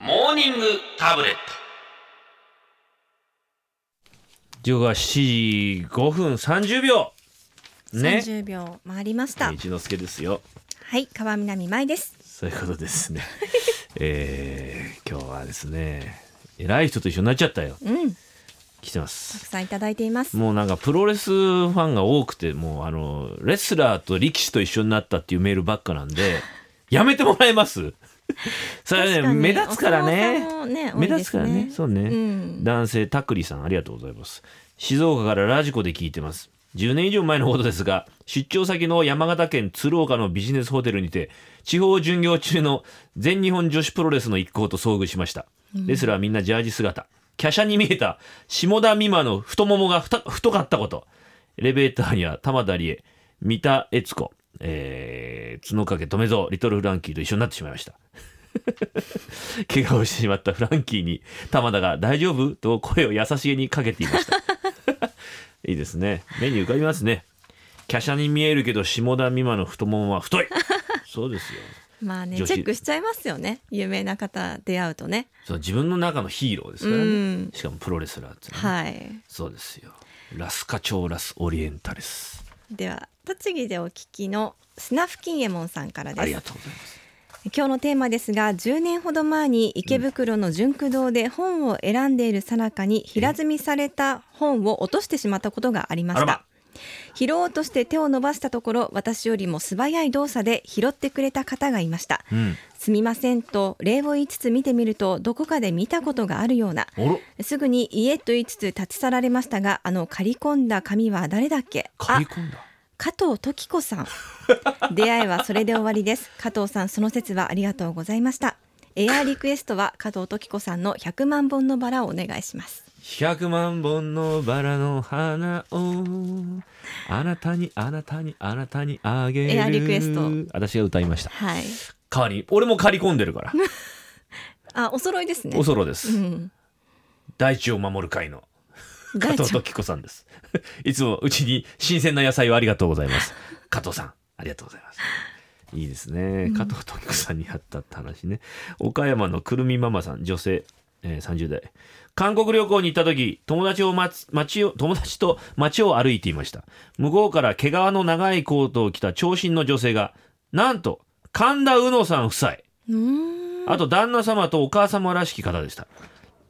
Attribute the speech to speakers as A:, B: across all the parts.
A: ニングタブレット時刻は7時5分30秒ね
B: 30秒回りました、
A: 一之輔ですよ
B: はい川南舞です
A: そういうことですね えー、今日はですね偉い人と一緒になっちゃったよ
B: うん
A: 来てま
B: たく
A: す
B: さんいただいています
A: もうなんかプロレスファンが多くてもうあのレスラーと力士と一緒になったっていうメールばっかなんで やめてもらえます それは
B: 確
A: ね
B: に
A: 目立つからね
B: お相撲さんもね
A: 目立つからねそうね、
B: ん
A: 男性たくりさんありがとうございます静岡からラジコで聞いてます10年以上前のことですが出張先の山形県鶴岡のビジネスホテルにて地方巡業中の全日本女子プロレスの一行と遭遇しました、レスラーみんなジャージ姿華奢に見えた下田美馬の太ももがふた太かったことエレベーターには玉田理恵三田悦子えー、角掛留蔵リトルフランキーと一緒になってしまいました怪我をしてしまったフランキーに玉田が「大丈夫?」と声を優しげにかけていました いいですね目に浮かびますね華奢に見えるけど下田美馬の太ももは 太いそうですよ
B: まあねチ
A: 女
B: ェ
A: 子
B: ックしちゃいますよね有名な方出会うとね
A: その自分の中のヒーローですからね、
B: うん
A: しかもプロレスラーってね、
B: はい
A: そうですよラスカチョーラスオリエンタレス
B: では栃木でお聞きのスナフキンエモンさんから
A: あ
B: で
A: り
B: す
A: がとうございます
B: 今日のテーマですが10年ほど前に池袋の純駆堂で本を選んでいるさなかに平積みされた本を落としてしまったことがありま
A: あ
B: し
A: らま
B: た拾おうとして手を伸ばしたところ私よりも素早い動作で拾ってくれた方がいました
A: うん
B: すみませんと礼を言いつつ見てみるとどこかで見たことがあるような
A: おろ
B: すぐに家と言いつつ立ち去られましたがあの刈り込んだ髪は誰だっけ
A: 刈
B: あ
A: り込んだ
B: 加藤時子さん出会いはそれで終わりです加藤さんその説はありがとうございましたエアーリクエストは加藤時子さんの100万本のバラをお願いします
A: 100万本のバラの花をあなたにあなたにあなたにあげる
B: エアリクエスト
A: 私が歌いました
B: はい。
A: 代わりに俺も刈り込んでるから
B: あお揃いですね
A: おそろで
B: う
A: す
B: ん
A: 大地を守る会の加藤
B: 大丈夫
A: 時子さんです いつもうちに新鮮な野菜をありがとうございます加藤さんありがとうございますいいですね加藤時子さんに会ったって話ね、岡山のくるみママさん女性、えー30代韓国旅行に行った時友達を待つ街を友達と街を歩いていました向こうから毛皮の長いコートを着た長身の女性がなんと神田うのさん夫妻
B: うーん
A: あと旦那様とお母様らしき方でした。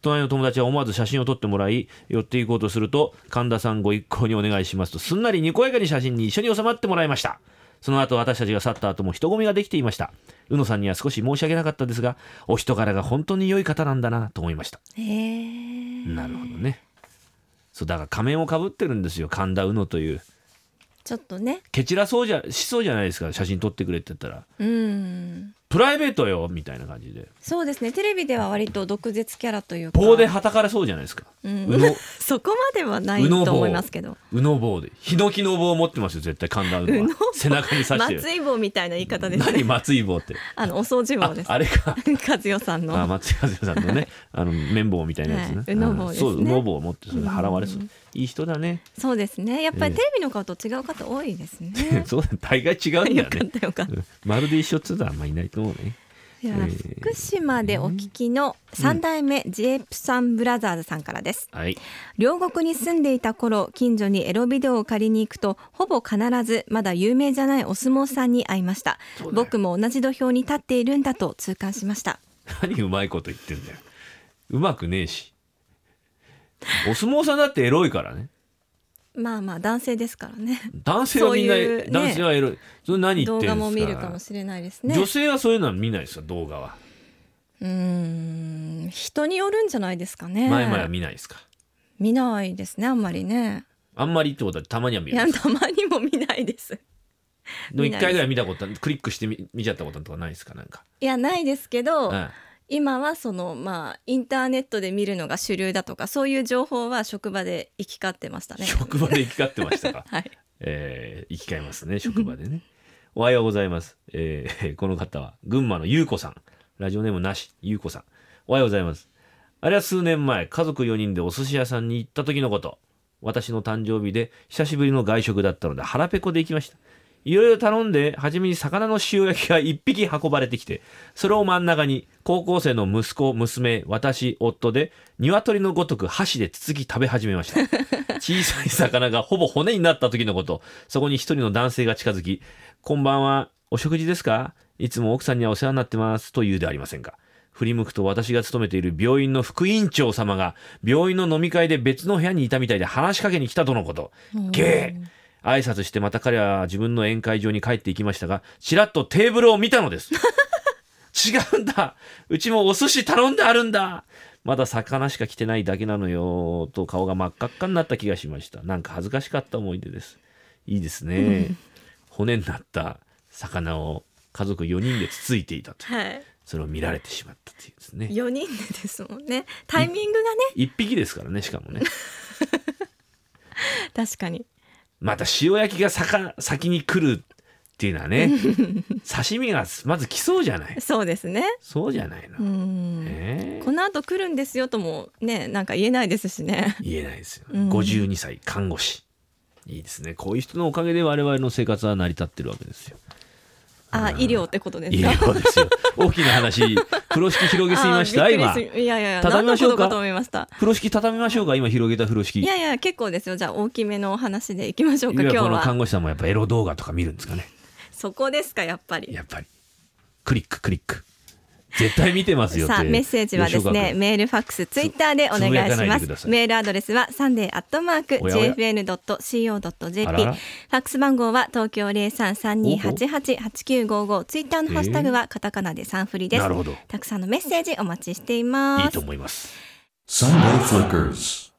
A: 隣の友達は思わず写真を撮ってもらい、寄っていこうとすると、神田さんご一行にお願いしますと、すんなりにこやかに写真に一緒に収まってもらいました。その後私たちが去った後も人混みができていました。うのさんには少し申し訳なかったですが、お人柄が本当に良い方なんだなと思いました。
B: へー
A: なるほどね。そう、だから仮面をかぶってるんですよ、神田うのという。
B: ちょっとね
A: ケチらそうじゃ、しそうじゃないですか、写真撮ってくれって言ったら。
B: うん
A: プライベートよみたいな感じで。
B: そうですねテレビでは割と毒舌キャラというか
A: 棒ではたかれそうじゃないですか。
B: うん
A: うの
B: そこまではない
A: 右脳棒
B: と思いますけど
A: うの棒でヒノキの棒を持ってますよ絶対神田うのは
B: うの棒
A: 背中に刺してる
B: 松井棒みたいな言い方です
A: 何
B: ね
A: 松井棒って
B: あのお掃除棒
A: あ
B: です
A: あれか
B: 和代さんの
A: あ松井和代さんのねあの綿棒みたいなやつね、
B: はいうの棒ですね
A: そううの棒を持ってそれで払われそういい人だね
B: そうですね。やっぱ
A: ええ。
B: りテレビの顔と違う方多いですね
A: そうだ大概違うんだ
B: よ
A: よ
B: か
A: ね
B: ったよかった。
A: うんまるで一緒っつうのはあんまいないと思うね
B: では
A: ええ
B: 福島でお聞きの三代目ジェープさんブラザーズさんからです。
A: はい
B: 両国に住んでいた頃、近所にエロビデオを借りに行くと、ほぼ必ずまだ有名じゃないお相撲さんに会いました
A: そうだよ。
B: 僕も同じ土俵に立っているんだと痛感しました。
A: 何うまいこと言ってんだようまくねえしお相撲さんだってエロいからね
B: まあまあ男性ですからね。
A: 男性はみんな
B: そういうね
A: 男性はエロいそれ何言っ
B: 動
A: てる
B: 画
A: んですか
B: も見るかもしれないですね。
A: 女性はそういうのは見ないですよ動画は
B: うーん、人によるんじゃないですかね。
A: 前々は見ないですか
B: 見ないですね、あんまりね。
A: あんまりってことはたまには見
B: いや
A: る
B: たまにも見ないです
A: でも
B: 見
A: 一
B: ない
A: 回ぐらい見たことクリックしてみ見ちゃったこととかないですかなんか、
B: いやないですけど、
A: うん、
B: 今はそのまあインターネットで見るのが主流だとかそういう情報は職場で行き交ってましたね、
A: 職場で行き交ってましたか
B: はい
A: えー、行き交いますね職場でね おはようございます、えー この方は群馬の優子さんラジオネームなし優子さんおはようございますあれは数年前家族4人でお寿司屋さんに行った時のこと私の誕生日で久しぶりの外食だったので腹ペコで行きましたいろいろ頼んで初めに魚の塩焼きが1匹運ばれてきてそれを真ん中に高校生の息子娘私夫で鶏のごとく箸でつつき食べ始めました小さい魚がほぼ骨になった時のことそこに一人の男性が近づき「こんばんはお食事ですかいつも奥さんにはお世話になってます」と言うではありませんか振り向くと私が勤めている病院の副院長様が病院の飲み会で別の部屋にいたみたいで話しかけに来たとのことゲー挨拶してまた彼は自分の宴会場に帰っていきましたがちらっとテーブルを見たのです違うんだうちもお寿司頼んであるんだまだ魚しか来てないだけなのよと顔が真っ赤っかになった気がしましたなんか恥ずかしかった思い出ですいいですね、骨になった魚を家族4人でつついていたと
B: はい。
A: それを見られてしまったというですね
B: 四人でですもんね。タイミングがね、
A: 一匹ですからねしかもね
B: 確かに。
A: また塩焼きが先先に来るっていうのは ね刺身がまず来そうじゃない
B: そうですね。
A: そうじゃないの
B: う、ん。
A: ええ
B: この後来るんですよともね、なんか言えないですしね。
A: 言えないですよ、
B: うん
A: 52歳看護師いいですねこういう人のおかげで我々の生活は成り立ってるわけですよ
B: あ、医療ってことで
A: い
B: す
A: い
B: か。
A: ようですよ大きな 話風呂敷広げすぎました
B: あーびっ
A: 今
B: くりすいやいやいや、
A: 畳み
B: 何
A: ま
B: の
A: しょう
B: こ
A: か
B: とかと思いました。
A: 風呂敷畳みましょうか今広げた風呂敷
B: いやいや、結構ですよ。じゃあ大きめのお話でいきましょうか。今
A: い
B: 日
A: やこの看
B: は。
A: 護師さんもやっぱエロ動画とか見るんですかね
B: そこですか、やっぱり。
A: やっぱりクリッククリック絶対見てますよ
B: さあ
A: って
B: メッセージはです
A: 吉岡
B: ね
A: 君
B: メールファックスツイッターでお願
A: つぶ
B: いし
A: やかな
B: ま
A: いでくだ
B: す
A: さい
B: メールアドレスはサンデーアットマーク
A: おやおや
B: JFN.CO.JP
A: あ
B: フ
A: らら
B: ァックス番号は東京0332888955ツイッターのハッシュタグはカタカナでサンフリです
A: なるほど
B: たくさんのメッセージお待ちしていま
A: いい
B: す
A: と思います
C: Sunday Flickers.